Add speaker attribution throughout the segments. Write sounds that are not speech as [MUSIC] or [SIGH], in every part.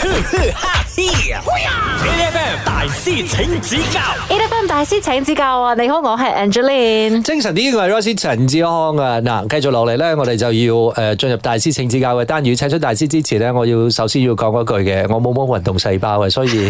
Speaker 1: 呵呵哈嘿，A F M 大師請指教
Speaker 2: ，A F M 大師請指教啊！你好，我係
Speaker 3: [LAUGHS]
Speaker 2: Angeline。
Speaker 3: 精神啲嘅係 Rosie 陳志康啊！嗱，繼續落嚟咧，我哋就要誒進入大師請指教嘅單元。請出大師之前咧，我要首先要講一句嘅，我冇乜運動細胞嘅，啊
Speaker 2: [LAUGHS]
Speaker 3: 所以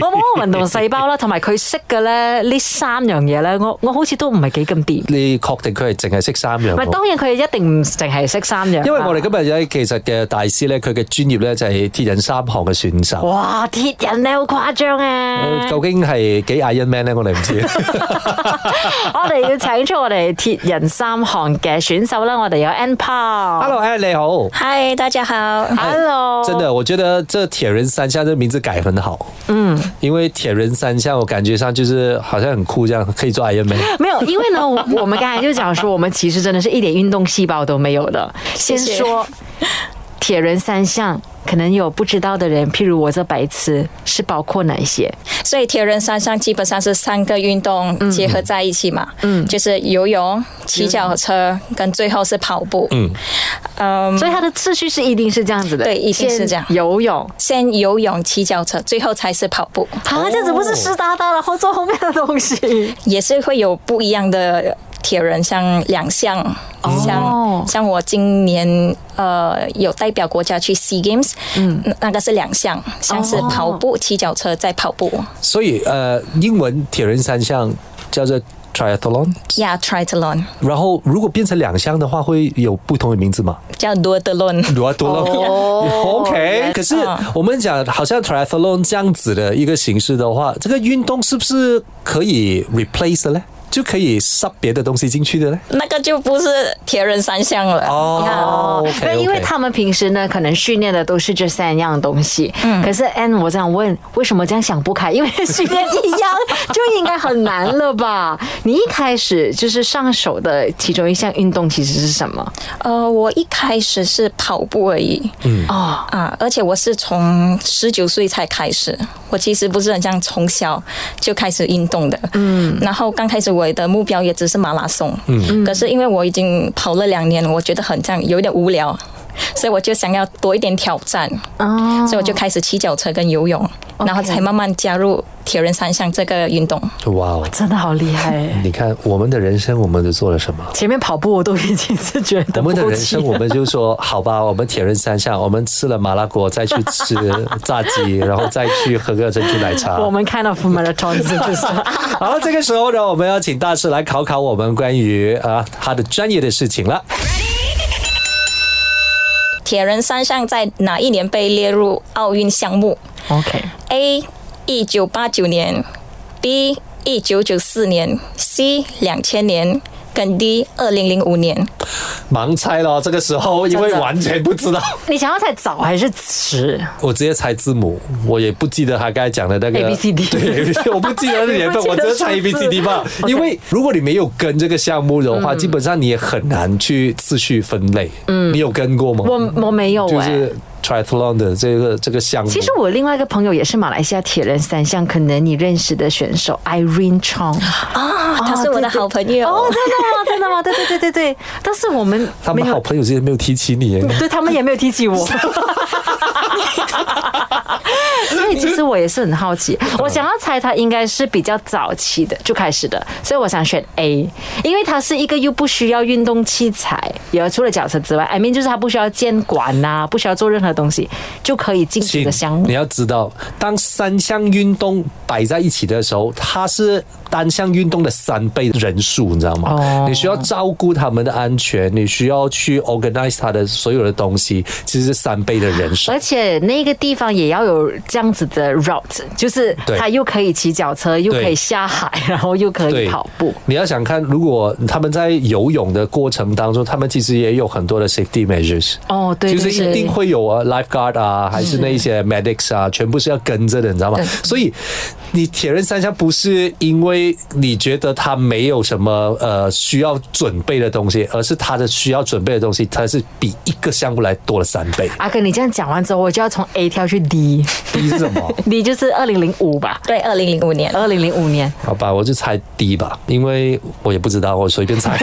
Speaker 2: 我冇乜運動細胞啦，同埋佢識嘅咧呢三樣嘢咧，我我好似都唔係幾咁掂。
Speaker 3: 你確定佢係淨係識三樣
Speaker 2: 唔
Speaker 3: 喎？
Speaker 2: 係當然佢一定唔淨係識三樣啦。啊
Speaker 3: 因為我哋今日咧，其實嘅大師咧，佢嘅專業咧就係鐵人三項嘅選手。
Speaker 2: 哇鐵人你好誇張啊！
Speaker 3: 究竟係幾 Iron Man 咧？我哋
Speaker 2: [LAUGHS]
Speaker 3: 唔知。
Speaker 2: 我哋要請出我哋鐵人三項嘅選手啦，我哋有 N Paul。
Speaker 3: Hello，Ann 你好。
Speaker 4: 嗨，大家好。
Speaker 2: Hello，
Speaker 3: 真的，我觉得这“铁人三项”这名字改很好。嗯，因为“铁人三项”，我感觉上就是好像很酷，这样可以做 Iron Man。
Speaker 2: [LAUGHS] 没有，因为呢，我我们刚才就讲说，我们其实真的是一点运动细胞都没有的。先
Speaker 4: 谢
Speaker 2: 说铁人三项，可能有不知道的人，譬如我这白痴，是包括哪些？
Speaker 4: 所以铁人三项基本上是三个运动结合在一起嘛，嗯，就是游泳、骑脚车，跟最后是跑步。嗯，
Speaker 2: 所以它的次序是一定是这样子的，
Speaker 4: 对一定是这样
Speaker 2: 先游泳，
Speaker 4: 先游泳、骑脚车，最后才是跑步，
Speaker 2: 啊，这样子不是湿哒哒，然后做后面的东西。
Speaker 4: 也是会有不一样的铁人，像两项，哦像像我今年呃有代表国家去 Sea Games，嗯，哦那个是两项，像是跑步、骑脚车再跑步
Speaker 3: 所以呃，英文“铁人三项”叫做 triathlon，
Speaker 4: ，Yeah Triathlon
Speaker 3: 然后如果变成两项的话，会有不同的名字吗？
Speaker 4: 叫 Duathlon。
Speaker 3: 多多了。
Speaker 2: 哦
Speaker 3: [LAUGHS] OK，可是我们讲好像 triathlon 这样子的一个形式的话，这个运动是不是可以 replace 的呢？就可以 sub 别的东西进去的呢？
Speaker 4: 那个就不是铁人三项了。
Speaker 3: 哦，OK，
Speaker 2: 那
Speaker 3: OK
Speaker 2: 因为他们平时呢，可能训练的都是这三样东西。
Speaker 3: 嗯
Speaker 2: 可是 N，我这样问，为什么这样想不开？因为训练一样就应该很难了吧？ [LAUGHS] 你一开始就是上手的其中一项运动其实是什么？
Speaker 4: 呃，我一开始是跑步而已。嗯
Speaker 2: 哦，
Speaker 4: 啊，而且我是从十九岁才开始，我其实不是很像从小就开始运动的。嗯，然后刚开始我的目标也只是马拉松。嗯，可是因为我已经跑了两年，我觉得很像有点无聊，所以我就想要多一点挑战。
Speaker 2: 哦，
Speaker 4: 所以我就开始骑脚车跟游泳，然后才慢慢加入铁人三项这个运动。
Speaker 3: 哇哦！
Speaker 2: 真的好厉
Speaker 3: [LAUGHS]
Speaker 2: 害！
Speaker 3: 你看我们的人生，我们都做了什么？
Speaker 2: 前面跑步我都已经是觉得
Speaker 3: 我们的
Speaker 2: 不
Speaker 3: 人
Speaker 2: 及
Speaker 3: 生，我们就说好 [LAUGHS] 吧，我们铁人三项，我们吃了麻辣锅，再去吃炸鸡，然后再去喝个珍珠奶 [LAUGHS] 茶。
Speaker 2: 我们 kind of marathon
Speaker 3: [LAUGHS]
Speaker 2: 就是。
Speaker 3: 好，这个时候呢，我们要请大师来考考我们关于啊他的专业的事情了。
Speaker 4: 铁人三项在哪一年被列入奥运项目
Speaker 2: OK，
Speaker 4: ？A. 一九八九年，B. 一九九四年，C. 两千年，跟 D. 二零零五年。
Speaker 3: 盲猜咯，这个时候因为
Speaker 2: 真的
Speaker 3: 完全不知道，
Speaker 2: 你想要猜早还是迟？
Speaker 3: [LAUGHS] 我直接猜字母，我也不记得他刚才讲的那个
Speaker 2: A B C D
Speaker 3: [LAUGHS] 对，我不记得那年份，
Speaker 2: 你不
Speaker 3: 我
Speaker 2: 记得
Speaker 3: 直接猜 A B
Speaker 2: 数
Speaker 3: C
Speaker 2: 字
Speaker 3: D 吧。
Speaker 2: OK
Speaker 3: 因为如果你没有跟这个项目的话，基本上你也很难去次序分类。嗯嗯，你有跟过吗？
Speaker 2: 我我没有
Speaker 3: 就
Speaker 2: 哎、
Speaker 3: 是 triathlon 的这个这个项目。
Speaker 2: 其实我另外一个朋友也是马来西亚铁人三项，可能你认识的选手 Irene Chong。
Speaker 4: 啊，他是我的好朋友。
Speaker 2: 哦，真的吗？真的吗？ [LAUGHS] 对对对对对。但是我们
Speaker 3: 他
Speaker 2: 没
Speaker 3: 们
Speaker 2: 有，
Speaker 3: 好朋友之间没有提起你耶。
Speaker 2: 对他们也没有提起我。
Speaker 3: [LAUGHS]
Speaker 2: [LAUGHS] 所以其实我也是很好奇，
Speaker 3: 嗯
Speaker 2: 我想要猜他应该是比较早期的就开始的，所以我想选 A，因为他是一个又不需要运动器材，也除了脚车之外，I mean 就是他不需要监管呐、不需要做任何东西就可以进这
Speaker 3: 请
Speaker 2: 个项目
Speaker 3: 你。要知道，当三项运动摆在一起的时候，它是单项运动的三倍人数，你知道吗？
Speaker 2: 哦
Speaker 3: 你需要照顾他们的安全，你需要去 organize 他的所有的东西，其实是三倍的人手
Speaker 2: 而。且那个地方也要有这样子的 route，就是
Speaker 3: 对
Speaker 2: 它又可以骑脚车，又
Speaker 3: 对
Speaker 2: 可以下海，然后又可以
Speaker 3: 对
Speaker 2: 跑步。
Speaker 3: 你要想看，如果他们在游泳的过程当中，他们其实也有很多的 safety measures。
Speaker 2: 哦，对，嗯
Speaker 3: 就是一定会有啊，lifeguard 啊，还是那一些 medics 啊，全部是要跟着的，你知道吗？所以你铁人三项不是因为你觉得他没有什么呃需要准备的东西，而是他的需要准备的东西，它是比一个项目来多了三倍。
Speaker 2: 阿哥，你这样讲完之后，我就要从 A 跳去 D，
Speaker 3: 第一是什么？
Speaker 2: 你就是二零零五吧，
Speaker 4: 对，二零零五年。
Speaker 2: 二零零五年，
Speaker 3: [LAUGHS]
Speaker 2: [LAUGHS]
Speaker 3: 好吧，我就猜 D 吧，因为我也不知道，我随便猜。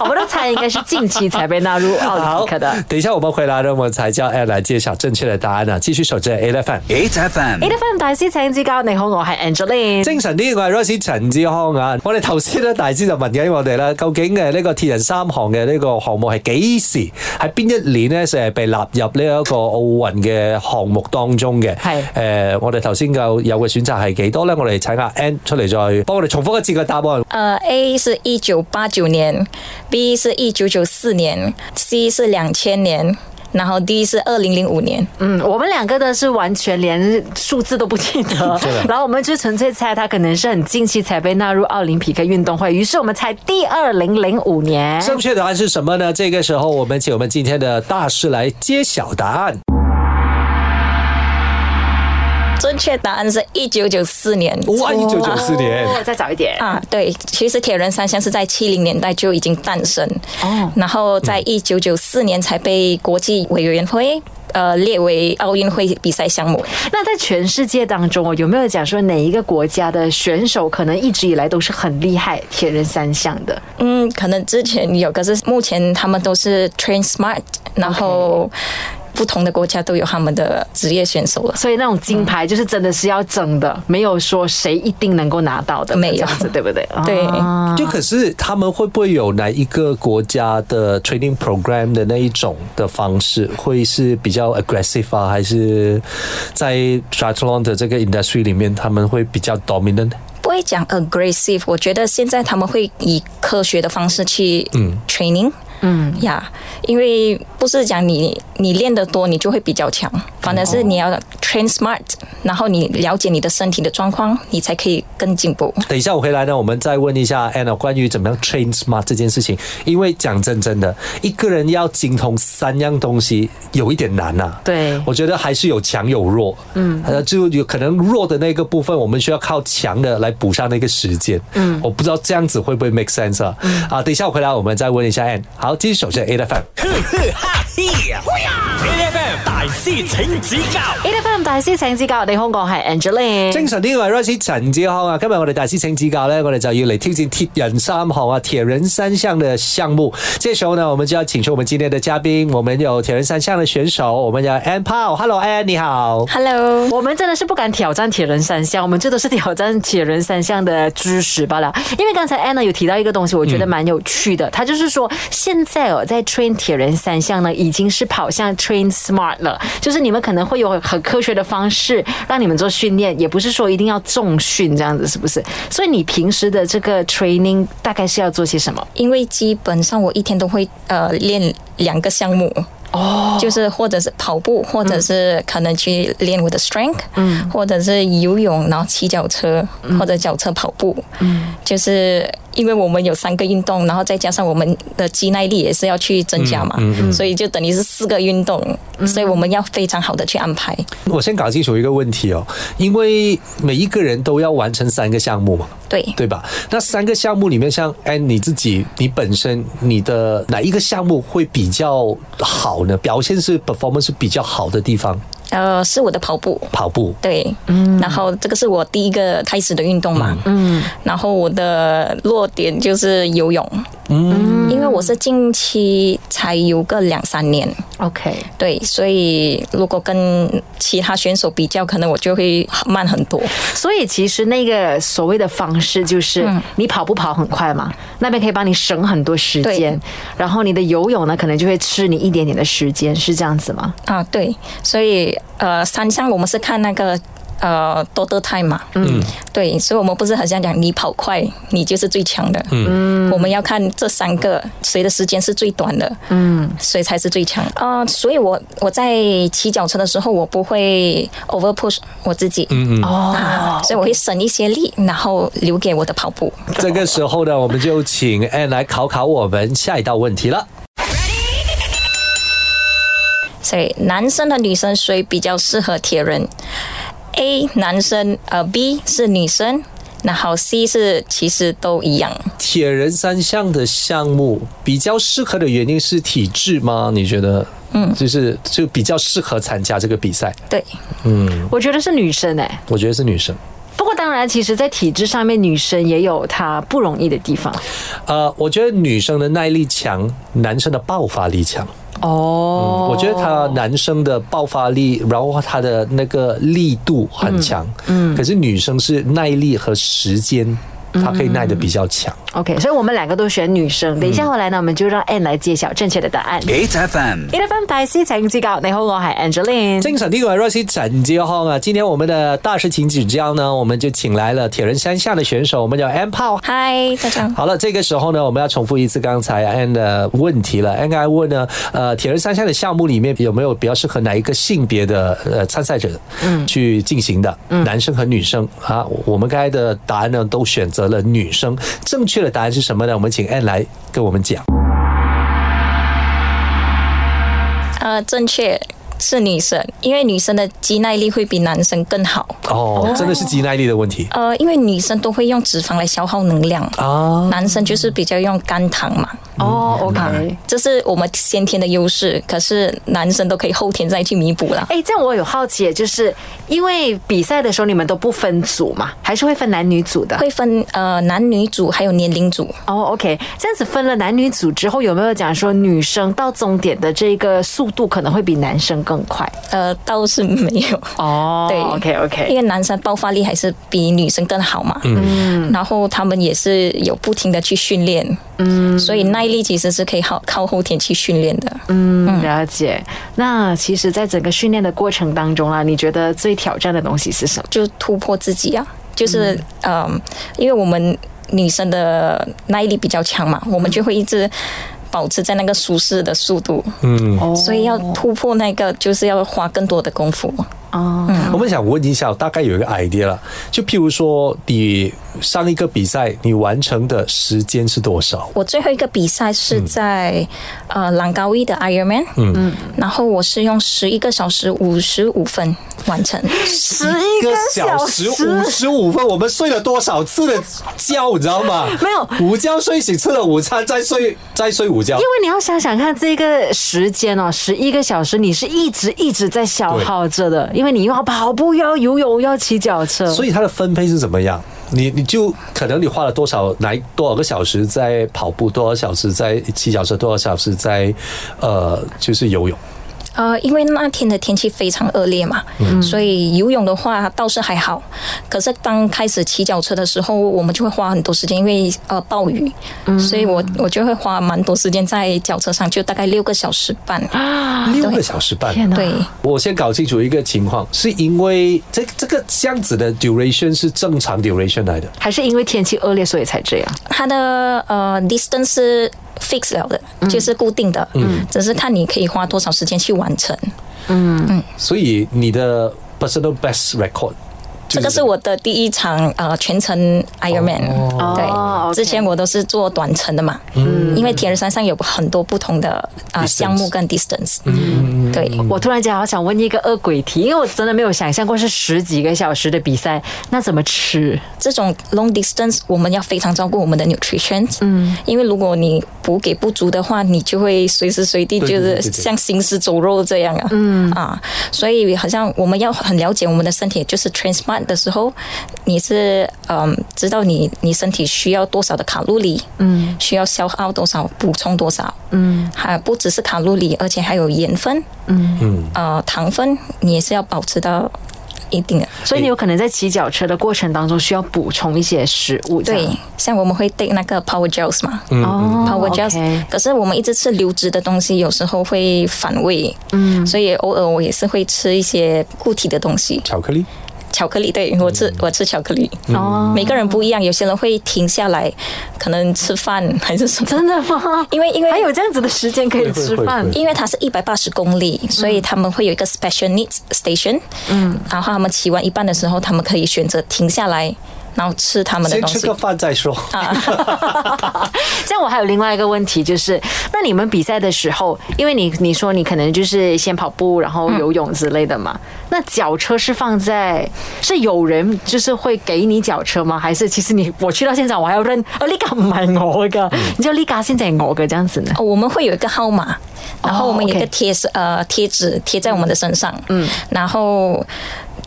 Speaker 2: 我们都猜应该是近期才被纳入奥
Speaker 3: 好
Speaker 2: [LAUGHS] 林匹克的。
Speaker 3: 等一下我们回来呢，我们才叫 L 来揭晓正确的答案啊！继续守着 A F M。
Speaker 1: ，H F M，
Speaker 2: A F M 大師請指教，你好，我係 Angeline。
Speaker 3: 精神啲，我係 Rosie 陳志康啊！我哋頭先咧，大師就問緊我哋啦，究竟呃誒呢個鐵人三項嘅呢個項目係幾時喺邊一年咧，就係被納入呢一個奧運嘅項目當中嘅？
Speaker 2: 係
Speaker 3: 誒、我哋頭先有有嘅選擇係幾多咧？我哋請阿 Ann 出嚟再幫我哋重複一次個答案。
Speaker 4: 呃，A 是一九八九年，B 是一九九四年，C 是两千年，然后 D 是二零零五年。
Speaker 2: 嗯，我们两个呢是完全连数字都不记
Speaker 4: [LAUGHS]
Speaker 2: 得，然后我们就纯粹猜它可能是很近期才被纳入奥林匹克运动会，于是我们猜第二零零五年。
Speaker 3: 正确答案是什么呢？这个时候，我们请我们今天的大师来揭晓答案。
Speaker 4: 正确答案是一九九四年。
Speaker 3: 哇，一九九四年。
Speaker 2: 哦，再早一点。
Speaker 4: 啊，对，其实铁人三项是在七零年代就已经诞生，
Speaker 2: 哦
Speaker 4: 然后在一九九四年才被国际委员会呃列为奥运会比赛项目。
Speaker 2: 那在全世界当中哦，有没有讲说哪一个国家的选手可能一直以来都是很厉害铁人三项的？
Speaker 4: 嗯，可能之前有，可是目前他们都是 train smart，然后不同的国家都有他们的职业选手了。
Speaker 2: 所以那种金牌就是真的是要争的，没有说谁一定能够拿到的，
Speaker 4: 没有
Speaker 2: 这样子对不对？
Speaker 4: 对
Speaker 2: 啊
Speaker 3: 就可是他们会不会有哪一个国家的 training program 的那一种的方式，会是比较 aggressive 啊，还是在 triathlon 的这个 industry 里面，他们会比较 dominant？
Speaker 4: 不会讲 aggressive，我觉得现在他们会以科学的方式去 training。嗯呀因为不是讲你你练得多，你就会比较强，反而是你要 train smart，然后你了解你的身体的状况，你才可以更进步。
Speaker 3: 等一下我回来呢，我们再问一下 Anna 关于怎么样 train smart 这件事情，因为讲真真的，一个人要精通三样东西有一点难呐、
Speaker 2: 对
Speaker 3: 我觉得还是有强有弱，嗯，呃，就有可能弱的那个部分，我们需要靠强的来补上那个时间，嗯，我不知道这样子会不会 make sense 啊？啊，等一下我回来我们再问一下 Ann。好，继续守着 A F M。
Speaker 1: 哈嘿呀，A F M 大师请指教
Speaker 2: ，A F M 大師請指教，你好，我係 Angeline。
Speaker 3: 精神呢位 Rosie 陳志康啊，今日我哋大師請指教呢，我哋就要嚟挑戰鐵人三項啊，鐵人三項的項目。這時候呢，我們就要請出我們今天的嘉賓，我們有鐵人三項的選手，我們有 Ann Pao。Hello Ann，你好。
Speaker 4: Hello，
Speaker 2: 我们真的是不敢挑战铁人三项，我们这都是挑战铁人三项的知识罢了。因为刚才 Anna 有提到一个东西，我觉得蛮有趣的，她就是说现在哦，在 train 铁人三项呢，已经是跑向 train smart 了，就是你们可能会有很科学的方式让你们做训练，也不是说一定要重训这样子，是不是？所以你平时的这个 training 大概是要做些什么？
Speaker 4: 因为基本上我一天都会呃练两个项目。哦、就是或者是跑步，或者是可能去练我的 strength，嗯，或者是游泳，然后骑脚车、或者脚车跑步，嗯，就是因为我们有三个运动，然后再加上我们的肌耐力也是要去增加嘛，所以就等于是四个运动，所以我们要非常好的去安排。
Speaker 3: 我先搞清楚一个问题哦，因为每一个人都要完成三个项目嘛，
Speaker 4: 对，
Speaker 3: 对吧？那三个项目里面，像 Ann 你自己，你本身你的哪一个项目会比较好呢？表现是 performance 是比较好的地方，
Speaker 4: 呃，是我的跑步，
Speaker 3: 跑步。
Speaker 4: 对，嗯，然后这个是我第一个开始的运动嘛，嗯，然后我的弱点就是游泳，嗯，因为我是近期才游个两三年，
Speaker 2: OK，
Speaker 4: 对，所以如果跟其他选手比较，可能我就会慢很多，
Speaker 2: 所以其实那个所谓的方式就是，你跑步跑很快嘛，那边可以帮你省很多时间
Speaker 4: 对，
Speaker 2: 然后你的游泳呢，可能就会吃你一点点的时间，是这样子吗？
Speaker 4: 啊，对，所以呃，三项我们是看那个。呃，多得太嘛，嗯，对，所以我们不是很想讲你跑快，你就是最强的，嗯，我们要看这三个谁的时间是最短的，嗯，谁才是最强啊、呃所以我我在骑脚车的时候，我不会 over push 我自己，嗯嗯，
Speaker 2: 哦，
Speaker 4: 所以我会省一些力，然后留给我的跑步。
Speaker 3: [LAUGHS] 这个时候呢，我们就请 Ann 来考考我们下一道问题了。
Speaker 4: 所以男生和女生谁比较适合铁人？A 男生，呃 B 是女生然后 C 是其实都一样。
Speaker 3: 铁人三项的项目比较适合的原因是体质吗？你觉得？嗯，就是就比较适合参加这个比赛。
Speaker 4: 对，
Speaker 2: 我觉得是女生哎、
Speaker 3: 我觉得是女生。
Speaker 2: 不过当然，其实，在体制上面，女生也有她不容易的地方
Speaker 3: 呃，我觉得女生的耐力强，男生的爆发力强。
Speaker 2: 哦。
Speaker 3: 我觉得他男生的爆发力，然后他的那个力度很强。嗯，可是女生是耐力和时间，她可以耐得比较强。
Speaker 2: OK，所以我们两个都选女生。等一下回来呢，我们就让 Anne 来揭晓正确的答案。
Speaker 1: ，H F M，
Speaker 2: e l e p h a n 大师请指教，你好，我系 Angeline。
Speaker 3: 精神呢个系 r o s i e 陈志康啊，今天我们的大师请指教呢，我们就请来了铁人三项的选手，我们叫 M Pow。
Speaker 4: 嗨，大家好。
Speaker 3: 好了，这个时候呢，我们要重复一次刚才 Anne 的问题了。Anne 还问呢，呃，铁人三项的项目里面有没有比较适合哪一个性别的呃参赛者去进行的？男生和女生啊，我我们刚才的答案呢都选择了女生。正确的答案是什么呢？我们请 Anne 来跟我们讲。
Speaker 4: 呃，正确是女生，因为女生的肌耐力会比男生更好。
Speaker 3: 哦，真的是肌耐力的问题
Speaker 4: 呃，因为女生都会用脂肪来消耗能量，
Speaker 3: 啊。
Speaker 4: 男生就是比较用肝糖嘛。
Speaker 2: 哦，OK。
Speaker 4: 这是我们先天的优势，可是男生都可以后天再去弥补啦。
Speaker 2: 哎，这样我有好奇，就是因为比赛的时候你们都不分组嘛，还是会分男女组的？
Speaker 4: 会分呃男女组还有年龄组，
Speaker 2: 哦、o k 这样子分了男女组之后，有没有讲说女生到终点的这个速度可能会比男生更快？
Speaker 4: 呃倒是没有。
Speaker 2: 哦
Speaker 4: 对
Speaker 2: ，OK
Speaker 4: 因
Speaker 2: OK，
Speaker 4: 为男生爆发力还是比女生更好嘛，嗯，然后他们也是有不停的去训练，嗯，所以耐力其实是可以靠靠后天去训练的，嗯，
Speaker 2: 嗯，了解。那其实，在整个训练的过程当中啊，你觉得最挑战的东西是什么？
Speaker 4: 就突破自己啊，就是嗯、因为我们女生的耐力比较强嘛，我们就会一直保持在那个舒适的速度，
Speaker 3: 嗯，
Speaker 2: 哦
Speaker 4: 所以要突破那个就是要花更多的功夫，
Speaker 2: 哦，
Speaker 3: 我们想问一下，大概有一个 idea 了，就譬如说你上一个比赛你完成的时间是多少？
Speaker 4: 我最后一个比赛是在、呃朗高一的 Ironman，嗯，然后我是用十一个小时五十五分完成，
Speaker 2: 十一个小
Speaker 3: 时
Speaker 2: 时。
Speaker 3: 五十五分，我们睡了多少次的觉，你知道吗？
Speaker 2: [LAUGHS] 没有
Speaker 3: 午觉睡醒吃了午餐，再睡再睡午觉
Speaker 2: 因。为你要想想看，这个时间哦，十一个小时，你是一直一直在消耗着的，因为你又要跑步，又要游泳，又要骑脚车，
Speaker 3: 所以它的分配是怎么样？你你就可能你花了多少哪一多少个小时在跑步，多少小时在骑脚车，多少小时在呃就是游泳。
Speaker 4: 呃，因为那天的天气非常恶劣嘛，所以游泳的话倒是还好，可是当开始骑脚车的时候，我们就会花很多时间，因为呃暴雨，所以我我就会花蛮多时间在脚车上，就大概六个小时半，
Speaker 3: 六个小时半，
Speaker 2: 天哪！
Speaker 4: 对。
Speaker 3: 我先搞清楚一个情况，是因为这这个这样子的 duration 是正常 duration 来的，
Speaker 2: 还是因为天气恶劣，所以才这样。
Speaker 4: 它的呃 distance 是 fix 了的，就是固定的，只是看你可以花多少时间去完成。
Speaker 3: 所以你的 personal best record 就
Speaker 4: 这个是我的第一场呃全程 Ironman，、对，
Speaker 2: 哦，OK 嗯
Speaker 4: 之前我都是做短程的嘛，因为铁人三项有很多不同的啊、呃
Speaker 3: Distance
Speaker 4: 项目跟 distance，、对，
Speaker 2: 嗯
Speaker 3: 嗯
Speaker 2: 我突然间好想问一个恶鬼题，因为我真的没有想象过是十几个小时的比赛，那怎么吃？
Speaker 4: 这种 long distance 我们要非常照顾我们的 nutrition，嗯，因为如果你补给不足的话，你就会随时随地
Speaker 3: 对
Speaker 4: 就
Speaker 3: 对对
Speaker 4: 是
Speaker 3: 对对
Speaker 4: 像行尸走肉这样啊，嗯啊，所以好像我们要很了解我们的身体，就是 transplant 的时候，你是嗯知道你你身体需要多少的卡路里，嗯，需要消耗多少，补充多少，嗯，还不只是卡路里，而且还有盐分，嗯嗯，呃糖分，你也是要保持到一定的。
Speaker 2: 所以你有可能在骑脚车的过程当中需要补充一些食物，这
Speaker 4: 对
Speaker 2: 样，
Speaker 4: 像我们会 take 那个 power gels 嘛，
Speaker 3: 嗯
Speaker 2: 哦
Speaker 4: power gels，、
Speaker 2: OK
Speaker 4: 可是我们一直吃流质的东西，有时候会反胃，嗯，所以偶尔我也是会吃一些固体的东西，
Speaker 3: 巧克力。
Speaker 4: 巧克力，对我吃、我吃巧克力，
Speaker 2: 哦
Speaker 4: 每个人不一样，有些人会停下来，可能吃饭还是什么，
Speaker 2: 真的吗？
Speaker 4: [LAUGHS] 因为因为
Speaker 2: 还有这样子的时间可以吃饭
Speaker 3: 会会会
Speaker 4: 因为它是一百八十公里，所以他们会有一个嗯 special needs station，嗯，然后他们骑完一半的时候，他们可以选择停下来，然后吃他们的
Speaker 3: 先
Speaker 4: 东
Speaker 3: 吃
Speaker 4: 西啊
Speaker 3: 个。饭再说。
Speaker 2: 这样我还有另外一个问题，就是那你们比赛的时候，因为你你说你可能就是先跑步，然后游泳之类的嘛，那脚车是放在是有人就是会给你脚车吗？还是其实你我去到现场我还要认，啊呢架唔系我噶，你知道呢架先至系我嘅这样子呢？
Speaker 4: 哦，我们会有一个号码，然后我们有一个
Speaker 2: OK
Speaker 4: 贴是、呃贴纸贴在我们的身上，嗯，然后。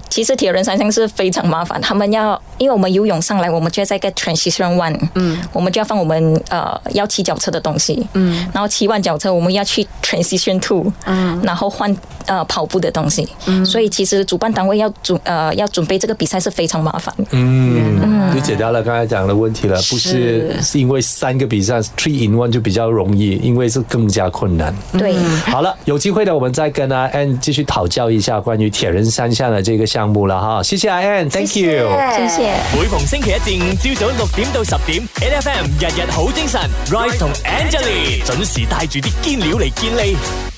Speaker 4: 其实铁人三项是非常麻烦，他们要因为我们游泳上来，我们就要在一个 transition one，嗯，我们就要放我们呃要骑脚车的东西，嗯，然后骑完脚车，我们要去 transition two，嗯，然后换呃跑步的东西，嗯，所以其实主办单位要准呃要准备这个比赛是非常麻烦的，
Speaker 3: 嗯，就解答了刚才讲的问题了，不是
Speaker 2: 是
Speaker 3: 是因为三个比赛 three in one 就比较容易，因为是更加困难。
Speaker 4: 对。
Speaker 3: 好了，有机会呢，我们再跟阿 Ann 继续讨教一下关于铁人三项的这个项目了哈。谢谢阿 Ann，Thank you。
Speaker 4: 谢谢。
Speaker 1: 每逢星期一至五朝早六点到十点，N F M 日日好精神，Rise 同 Angelie 准时帶住啲堅料嚟健利。